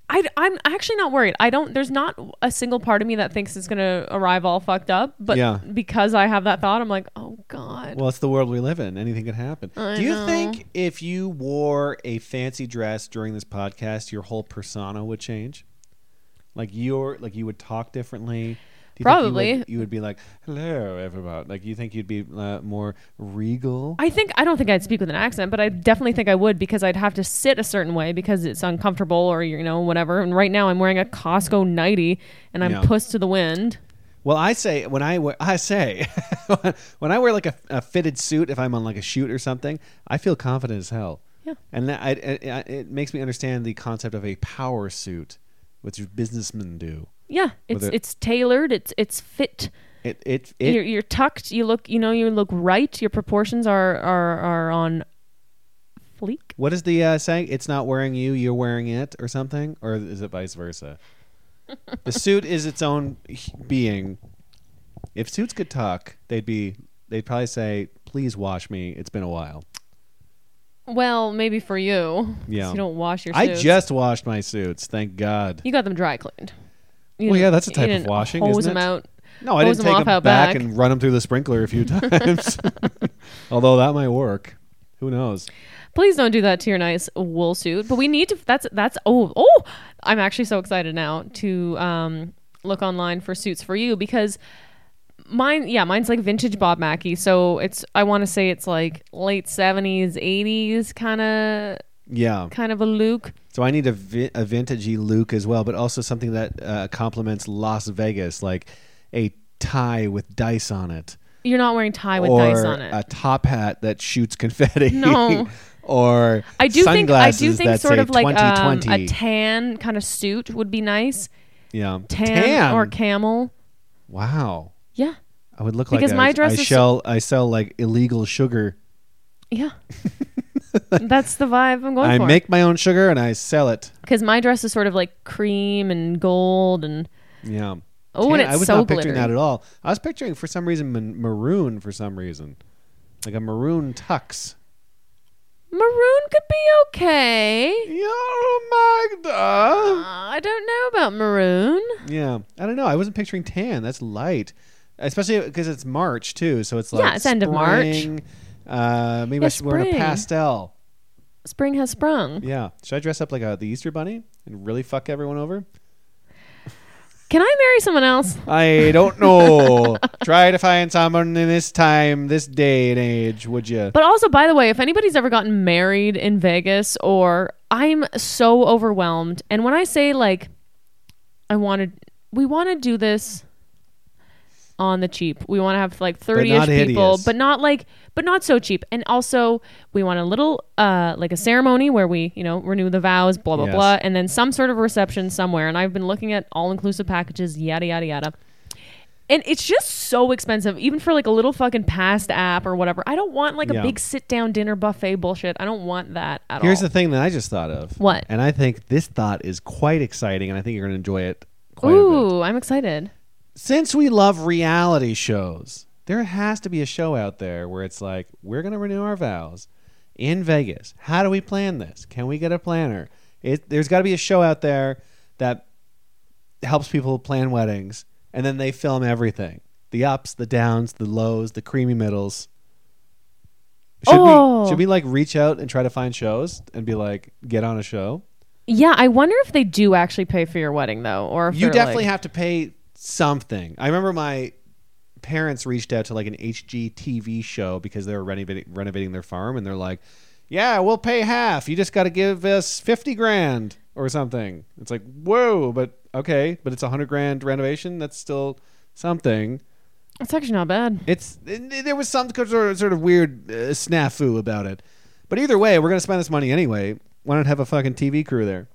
C: I, I'm actually not worried. I don't. There's not a single part of me that thinks it's going to arrive all fucked up. But
B: Yeah.
C: because I have that thought, I'm like, oh god.
B: Well, it's the world we live in. Anything could happen.
C: I
B: Do you
C: know.
B: think if you wore a fancy dress during this podcast, your whole persona would change? Like your like you would talk differently. Do you think you
C: Probably.
B: would- you, would be like, "Hello, everyone." Like you think you'd be uh, more regal.
C: I think I don't think I'd speak with an accent, but I definitely think I would because I'd have to sit a certain way because it's uncomfortable or you know whatever. And right now I'm wearing a Costco nighty and I'm
B: Yeah.
C: puss to the wind.
B: well, I say when I wear, I say when I wear like a, a fitted suit if I'm on like a shoot or something, I feel confident as hell.
C: Yeah.
B: And that, I, I, I, it makes me understand the concept of a power suit, which businessmen do.
C: Yeah, it's
B: it-
C: it's tailored. It's it's fit.
B: It it it
C: you're, you're tucked. You look, you know, you look right. Your proportions are are are on fleek.
B: What is the uh, saying? It's not wearing you, you're wearing it, or something, or is it vice versa? the suit is its own h- being. If suits could talk, they'd be. They'd probably say, "Please wash me. It's been a while."
C: Well, maybe for you. 'cause
B: Yeah.
C: You don't wash your
B: I
C: suits.
B: just washed my suits. Thank God.
C: You got them dry cleaned. You
B: Well,
C: didn't-
B: yeah, that's a
C: you
B: type of
C: didn't
B: washing,
C: Hose
B: isn't
C: them
B: it?
C: out.
B: No, I
C: Hose
B: didn't
C: them
B: take
C: off
B: them
C: out
B: back,
C: back.
B: and run them through the sprinkler a few times. Although that might work. Who knows?
C: Please don't do that to your nice wool suit. But we need to. That's that's. Oh oh! I'm actually so excited now to um, look online for suits for you because mine. Yeah, mine's like vintage Bob Mackie. So it's. I want to say it's like late '70s, '80s kind of
B: Yeah.
C: kind of a look.
B: So I need a, vi- a vintagey look as well, but also something that uh, complements Las Vegas, like a tie with dice on it,
C: You're not wearing tie with
B: or
C: dice on it.
B: a top hat that shoots confetti.
C: No.
B: or
C: I do think I
B: sunglasses
C: do think
B: that
C: sort
B: say
C: of like um,
B: 2020.
C: a tan kind of suit would be nice.
B: yeah.
C: Tan, or camel.
B: wow.
C: Yeah.
B: I would look
C: Because
B: like
C: my
B: I,
C: dress
B: I
C: is so-
B: shall I sell like illegal sugar.
C: Yeah. That's the vibe I'm going
B: I
C: for.
B: make my own sugar and I sell it.
C: Because my dress is sort of like cream and gold and
B: Yeah.
C: Oh,
B: Tan-
C: and it's
B: I was
C: so
B: not picturing
C: glittery.
B: that at all. I was picturing for some reason man- maroon for some reason, like a maroon tux.
C: maroon could be okay.
B: Oh,
C: Uh,
B: Magda.
C: I don't know about maroon.
B: Yeah, I don't know. I wasn't picturing tan. That's light, especially because it's March too. So it's like
C: Yeah, it's end of March.
B: spring. Uh, maybe
C: Yeah,
B: I should wear a
C: spring.
B: pastel.
C: Spring has sprung.
B: Yeah, should I dress up like a, the Easter Bunny and really fuck everyone over?
C: Can I marry someone else?
B: I don't know. Try to find someone in this time, this day and age, would you?
C: But also, by the way, if anybody's ever gotten married in Vegas, or I'm so overwhelmed, and when I say like, I wanted, we want to do this on the cheap. We want to have like thirty-ish
B: not
C: people,
B: hideous.
C: but not like, but not so cheap. And also, we want a little, uh, like a ceremony where we, you know, renew the vows, blah blah
B: Yes.
C: blah, and then some sort of reception somewhere. And I've been looking at all-inclusive packages, yada yada yada. And it's just so expensive, even for like a little fucking past app or whatever. I don't want like
B: Yeah.
C: a big sit down dinner buffet bullshit. I don't want that at
B: Here's
C: all.
B: the thing that I just thought of.
C: What?
B: And I think this thought is quite exciting, and I think you're going to enjoy it quite a bit.
C: Ooh, I'm excited.
B: Since we love reality shows, there has to be a show out there where it's like, we're going to renew our vows in Vegas. How do we plan this? Can we get a planner? It, there's got to be a show out there that helps people plan weddings, and then they film everything the ups, the downs, the lows, the creamy middles. Should,
C: Oh.
B: we, should we like reach out and try to find shows and be like, get on a show?
C: Yeah, I wonder if they do actually pay for your wedding though, or if
B: you
C: they're,
B: definitely
C: like-
B: have to pay something. I remember my parents reached out to like an HGTV show because they were renovating renovating their farm, and they're like, "Yeah, we'll pay half. You just got to give us fifty grand or something." It's like, whoa, but okay, but it's a hundred grand renovation. That's still something.
C: It's actually not bad.
B: It's it- there was some sort of, sort of weird uh, snafu about it, but either way, we're gonna spend this money anyway. Why not have a fucking TV crew there?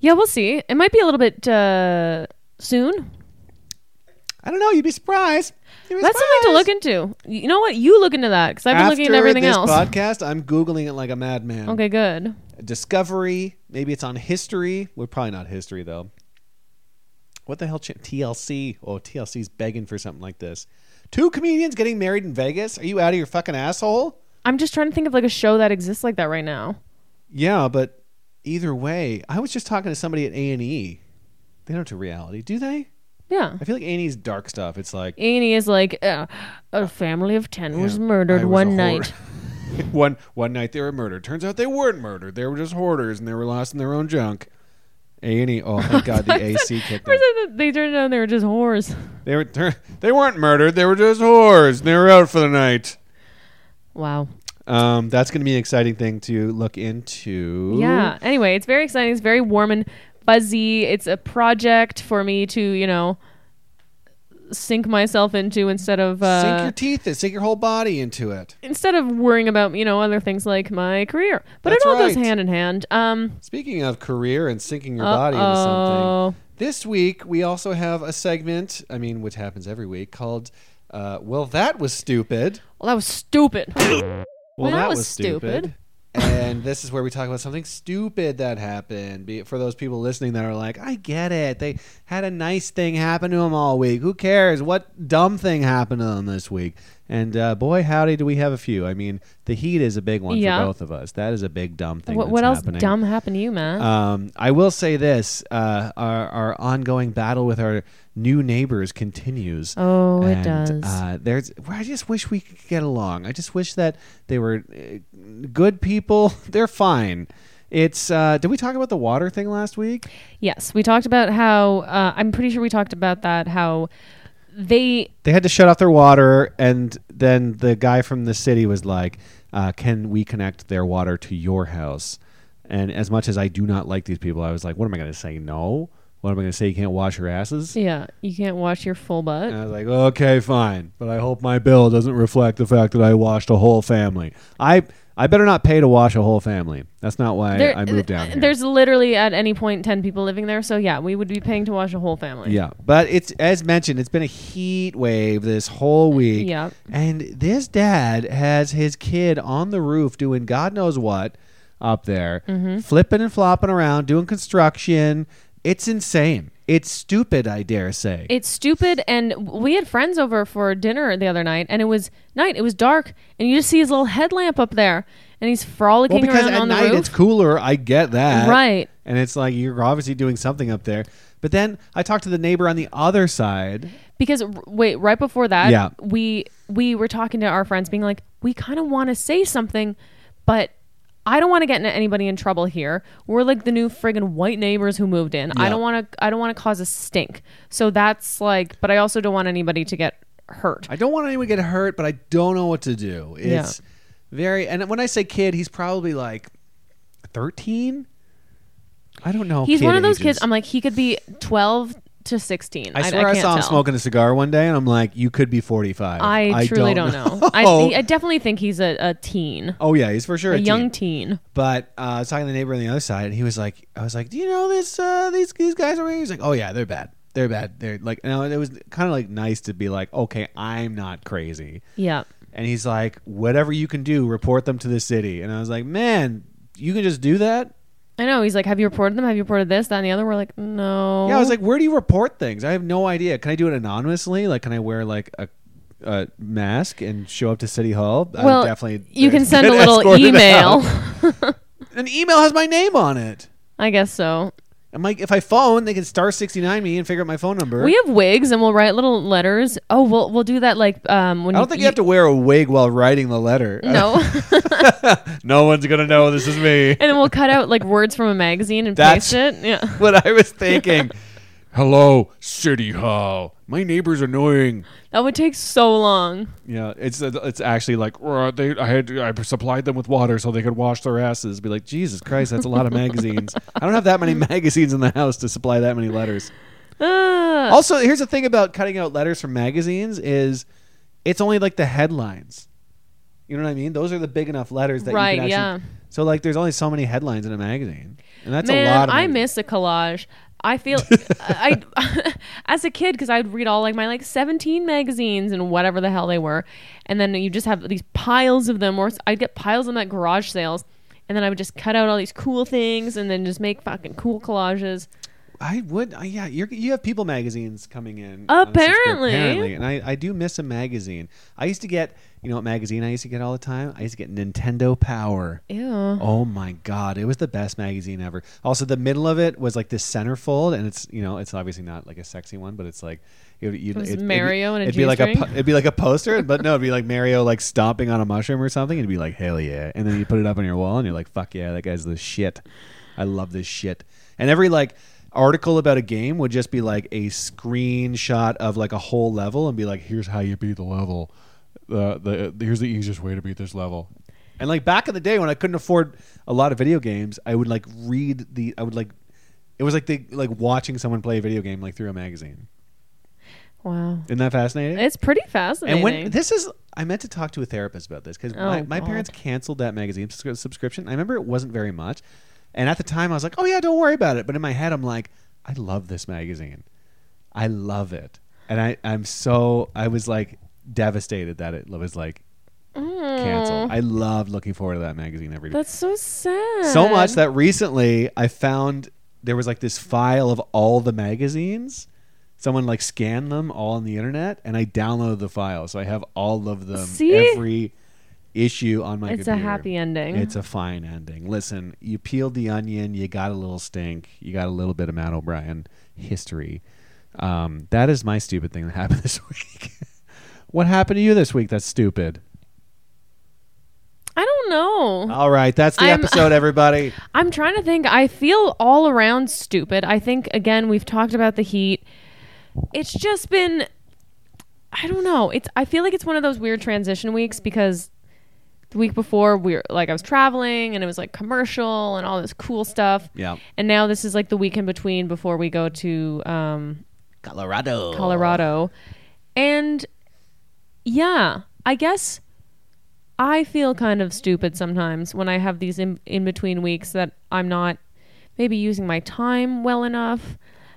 C: Yeah, we'll see. It might be a little bit uh, soon.
B: I don't know. You'd be surprised. You'd be
C: That's something to
B: surprised.
C: look into. You know what? You look into that because I've been looking at
B: After
C: everything
B: this
C: else.
B: podcast, I'm googling it like a madman.
C: okay, good.
B: Discovery. Maybe it's on history. We're probably not history though. What the hell? Ch- TLC. Oh, TLC's begging for something like this. Two comedians getting married in Vegas. Are you out of your fucking asshole?
C: I'm just trying to think of like a show that exists like that right now.
B: Yeah, but either way, I was just talking to somebody at A and E. They don't do reality, do they?
C: Yeah.
B: I feel like A and E's dark stuff. It's like
C: Annie is like, uh, a family of 10 was murdered
B: I was a
C: one
B: whore."
C: night.
D: One one night they were murdered. Turns out they weren't murdered. They were just hoarders and they were lost in their own junk.
B: A and E. Oh, thank God, the AC kicked
C: Or
B: in.
C: is it that they turned out they were just whores.
D: They were they weren't murdered. They were just whores. And they were out for the night.
C: Wow.
B: Um, that's going to be an exciting thing to look into.
C: Yeah. Anyway, it's very exciting. It's very warm and fuzzy. It's a project for me to, you know, sink myself into instead of
B: sink
C: uh,
B: your teeth, in, sink your whole body into it.
C: instead of worrying about you know other things like my career. But
B: That's
C: it all goes
B: right.
C: hand in hand. Um.
B: Speaking of career and sinking your body into something,
C: Oh.
B: this week we also have a segment. I mean, which happens every week called. Uh, well, that was stupid.
C: Well, that was stupid.
B: Well,
C: that was stupid.
B: and this is where we talk about something stupid that happened. Be, for those people listening that are like, I get it. They had a nice thing happen to them all week. Who cares? What dumb thing happened to them this week? And uh, boy, howdy, do we have a few. I mean, the heat is a big one
C: Yeah.
B: for both of us. That is a big dumb thing.
C: What,
B: that's
C: what else
B: happening.
C: dumb happened to you, Matt?
B: Um, I will say this: uh, our, our ongoing battle with our new neighbors continues.
C: Oh, it
B: And,
C: does.
B: Uh, there's. well, I just wish we could get along. I just wish that they were uh, good people. They're fine. It's. Uh, did we talk about the water thing last week?
C: yes, we talked about how uh, I'm pretty sure we talked about that how they
B: They had to shut off their water, and then the guy from the city was like, uh, "Can we connect their water to your house?" And as much as I do not like these people, I was like, "What am I going to say? No." What am I going to say? You can't wash your asses.
C: yeah you can't wash your full butt.
B: And I was like, okay, fine, but I hope my bill doesn't reflect the fact that I washed a whole family. I I better not pay to wash a whole family. That's not why
C: There- uh,
B: I moved down here.
C: There's literally at any point ten people living there, so yeah, we would be paying to wash a whole family.
B: yeah, but it's as mentioned, it's been a heat wave this whole week.
C: Yep.
B: and this dad has his kid on the roof doing God knows what up there,
C: Mm-hmm.
B: flipping and flopping around, doing construction. It's insane. It's stupid, I dare say.
C: It's stupid, and we had friends over for dinner the other night, and it was night. It was dark, and you just see his little headlamp up there, and he's frolicking
B: well, because
C: around
B: at
C: on the
B: night
C: roof.
B: it's cooler. I get that.
C: Right.
B: And it's like you're obviously doing something up there. But then I talked to the neighbor on the other side.
C: because r- wait right before that
B: Yeah.
C: we we were talking to our friends being like we kind of want to say something but i don't want to get n- anybody in trouble here we're like the new friggin' white neighbors who moved in i
B: Yeah.
C: don't want to i don't want to cause a stink so that's like but i also don't want anybody to get hurt
B: I don't want anyone to get hurt, but I don't know what to do. It's very and when I say kid, he's probably like 13. I don't know.
C: he's
B: kid
C: one of those
B: ages.
C: kids i'm like he could be 12 to 16
B: I swear I,
C: can't
B: saw him
C: tell.
B: smoking a cigar one day, and I'm like, you could be 45.
C: i, truly don't, know, I, I definitely think he's a, a teen
B: oh yeah, he's for sure
C: a,
B: a,
C: young
B: teen.
C: teen
B: But uh, I was talking to the neighbor on the other side, and he was like, "I was like, do you know this? Uh, these these guys over here?" He's like, "Oh yeah, they're bad. They're bad. They're like." Now it was kind of like nice to be like, "Okay, I'm not crazy."
C: yeah
B: And he's like, "Whatever you can do, report them to the city." And I was like, "Man, you can just do that."
C: I know. He's like, have you reported them? Have you reported this, that, and the other? We're like, no.
B: Yeah, I was like, "Where do you report things? I have no idea. Can I do it anonymously? Like, can I wear like a a mask and show up to city hall?" I would
C: well,
B: definitely.
C: you can send a
B: get
C: little
B: escorted
C: email.
B: out. An email has my name on it.
C: I guess so.
B: I'm like, if I phone, they can star sixty nine me and figure out my phone number.
C: We have wigs, and we'll write little letters. Oh, we'll we'll do that like um when
B: I don't think you have to wear a wig while writing the letter.
C: No, and
B: no one's gonna know this is me.
C: then we'll cut out like words from a magazine and
B: That's-
C: paste it. Yeah.
B: what I was thinking.
D: Hello, City Hall. My neighbor's annoying.
C: That would take so long.
B: yeah, it's it's actually like,
D: Uh, they, I had, I supplied them with water so they could wash their asses.
B: be like, Jesus Christ, that's a lot of magazines. I don't have that many magazines in the house to supply that many letters.
C: Ah.
B: Also, here's the thing about cutting out letters from magazines is it's only like the headlines. You know what I mean? Those are the big enough letters that
C: Right,
B: you can
C: yeah.
B: actually. So like, there's only so many headlines in a magazine, and that's
C: Man,
B: a lot. Of
C: I
B: magazines.
C: miss a collage. I feel I as a kid because I'd read all like my like 17 magazines and whatever the hell they were, and then you just have these piles of them. Or s- I'd get piles of them at garage sales, and then I would just cut out all these cool things and then just make fucking cool collages.
B: I would. I yeah, you're, you have People magazines coming in. on subscrip-
C: Apparently.
B: apparently, and I, I do miss a magazine. I used to get, you know, what magazine I used to get all the time. I used to get Nintendo Power.
C: Ew.
B: Oh my god, it was the best magazine ever. Also, the middle of it was like this centerfold, and it's you know, it's obviously not like a sexy one, but it's like. It, would- you'd-
C: was
B: it'd- it'd be-
C: Mario in a
B: it'd be like a
C: G-string?
B: po- it'd be like a poster, but no, it'd be like Mario like stomping on a mushroom or something. It'd be like hell yeah, and then you put it up on your wall and you're like fuck yeah, that guy's the shit. I love this shit. And every like article about a game would just be like a screenshot of like a whole level and be like here's how you beat the level.
D: Uh, the, here's the easiest way to beat this level.
B: And like back in the day when I couldn't afford a lot of video games, I would like read the I would like it was like the like watching someone play a video game like through a magazine.
C: Wow.
B: Isn't that fascinating?
C: It's pretty fascinating.
B: and when this is I meant to talk to a therapist about this because
C: Oh,
B: my, my
C: God.
B: parents canceled that magazine subscri- subscription. I remember it wasn't very much. And at the time I was like, "Oh yeah, don't worry about it." But in my head I'm like, "I love this magazine. I love it." And I I'm so I was like devastated that it was like canceled. I loved looking forward to that magazine every day.
C: Mm. that's so sad.
B: so much that recently I found there was like this file of all the magazines. someone like scanned them all on the internet, and I downloaded the file, so I have all of them.
C: See?
B: Every issue on my.
C: It's a
B: computer.
C: happy ending.
B: It's a fine ending. Listen, you peeled the onion, you got a little stink, you got a little bit of Matt O'Brien history. Um, that is my stupid thing that happened this week. what happened to you this week that's stupid?
C: I don't know.
B: All right, that's the
C: Mm. I'm-
B: episode, everybody.
C: I'm trying to think. I feel all around stupid. I think again we've talked about the heat. It's just been I don't know. It's I feel like it's one of those weird transition weeks because the week before we were like I was traveling and it was like commercial and all this cool stuff.
B: Yeah.
C: And now this is like the week in between before we go to um
B: Colorado.
C: Colorado. And yeah, I guess I feel kind of stupid sometimes when I have these in, in between weeks that I'm not maybe using my time well enough.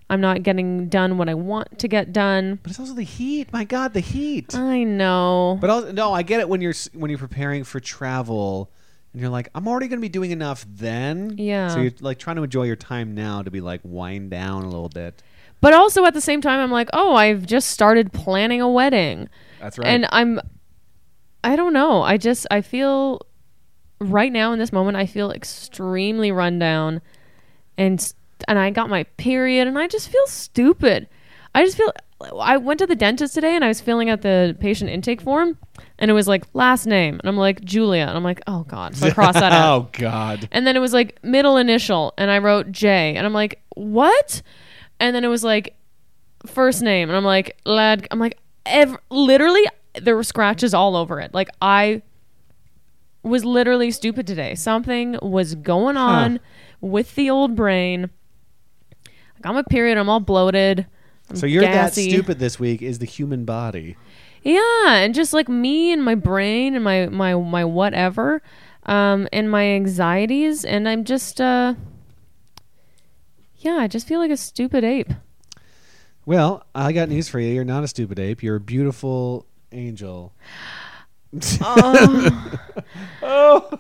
C: I'm not getting done what I want to get done.
B: But it's also the heat. My God, the heat.
C: I know.
B: But also, no, I get it when you're s- when you're preparing for travel, and you're like, I'm already going to be doing enough then.
C: Yeah.
B: So you're like trying to enjoy your time now to be like wind down a little bit.
C: But also at the same time, I'm like, oh, I've just started planning a wedding.
B: That's right.
C: And I'm, I don't know. I just, I feel right now in this moment, I feel extremely run down and, s- and I got my period and I just feel stupid. I just feel, I went to the dentist today and I was filling out the patient intake form and it was like last name. And I'm like, Julia. And I'm like, oh God. So I crossed that out.
B: oh God.
C: And then it was like middle initial, and I wrote J, and I'm like, what? And then it was like first name, and I'm like, lad, I'm like, ev- literally, there were scratches all over it. Like I was literally stupid today. Something was going on with the old brain. Like I'm a period. I'm all bloated. I'm
B: So you're
C: gassy.
B: that stupid this week is the human body.
C: Yeah, and just like me and my brain and my my my whatever, um, and my anxieties, and I'm just uh, yeah, I just feel like a stupid ape.
B: Well, I got news for you. You're not a stupid ape. You're a beautiful angel.
C: Oh,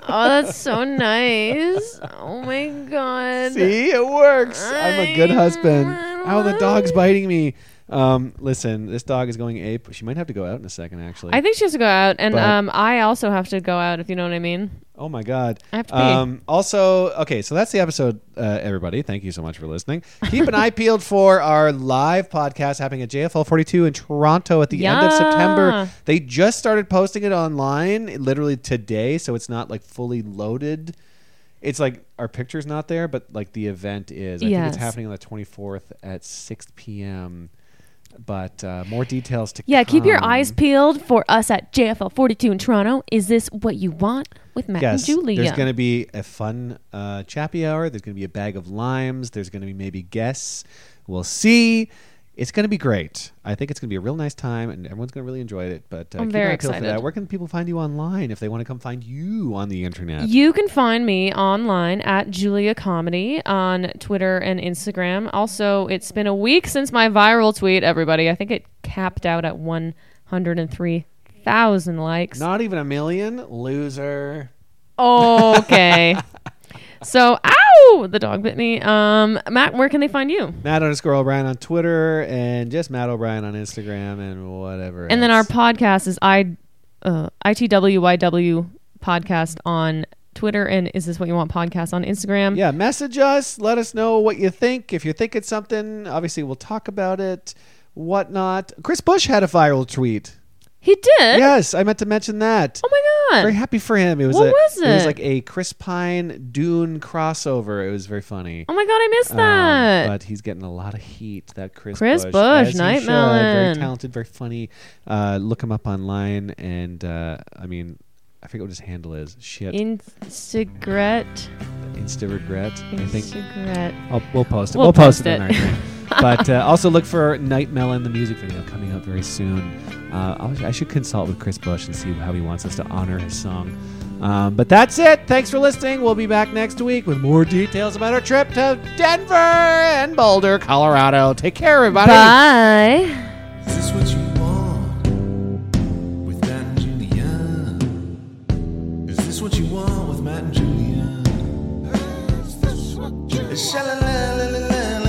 C: that's so nice. Oh my god.
B: See, it works. I'm a good husband. Ow, the dog's biting me. Um, listen, this dog is going ape. She might have to go out in a second, actually.
C: I think she has to go out, and
B: But-
C: um, I also have to go out. If you know what I mean.
B: Oh my god!
C: I have to pee.
B: um, also, okay, so that's the episode, uh, everybody. Thank you so much for listening. Keep an eye peeled for our live podcast happening at JFL 42 in Toronto at the end of
C: Yeah.
B: September. They just started posting it online, literally today, so it's not like fully loaded. It's like our picture's not there, but like the event is. I think
C: Yes.
B: it's happening on the 24th at 6 p.m. But uh, more details to
C: Yeah, keep your
B: come.
C: eyes peeled for us at JFL 42 in Toronto. Is this what you want with Matt
B: Yes,
C: and Julia?
B: there's going to be a fun uh, chappy hour. There's going to be a bag of limes. There's going to be maybe guests. We'll see. It's going to be great. I think it's going to be a real nice time, and everyone's going to really enjoy it. But uh,
C: I'm
B: keep
C: very
B: an eye peeled for
C: excited.
B: that. Where can people find you online if they want to come find you on the internet?
C: You can find me online at Julia Comedy on Twitter and Instagram. Also, it's been a week since my viral tweet, everybody. I think it capped out at 103,000 likes.
B: Not even a million, loser.
C: okay. so, ow! The dog bit me. Um, Matt, where can they find you?
B: Matt underscore O'Brien on Twitter, and just Matt O'Brien on Instagram, and whatever.
C: And then our
B: else.
C: podcast is I, uh, ITWYW podcast on Twitter and Is This What You Want podcast on Instagram.
B: Yeah, message us. Let us know what you think. If you're thinking something, obviously we'll talk about it. Whatnot. Chris Bush had a viral tweet.
C: He did?
B: Yes, I meant to mention that.
C: Eh? Oh my God.
B: Very happy for him. It was
C: What
B: a,
C: was
B: was
C: it?
B: like a Chris Pine Dune crossover. It was very funny.
C: Oh my god, I missed
B: Um,
C: that.
B: but he's getting a lot of heat. That Chris
C: Chris
B: Bush,
C: Bush,
B: as he
C: Night
B: should. very
C: Melon.
B: talented, very funny. Uh, look him up online, and uh, I mean, I forget what his handle is. Shit,
C: Instagret.
B: Insta regret. I think
C: Instagret.
B: I'll, we'll post it. We'll,
C: We'll
B: post,
C: post
B: it. on our
C: it.
B: thing. but uh, also look for Night Melon, the music video coming up very soon. Uh, I'll, I should consult with Chris Bush and see how he wants us to honor his song. Um, but that's it. Thanks for listening. We'll be back next week with more details about our trip to Denver and Boulder, Colorado. Take care, everybody.
C: Bye.
A: Is this what you want with Matt and Julia? Is this what you want with Matt and Julia? Is this what you want?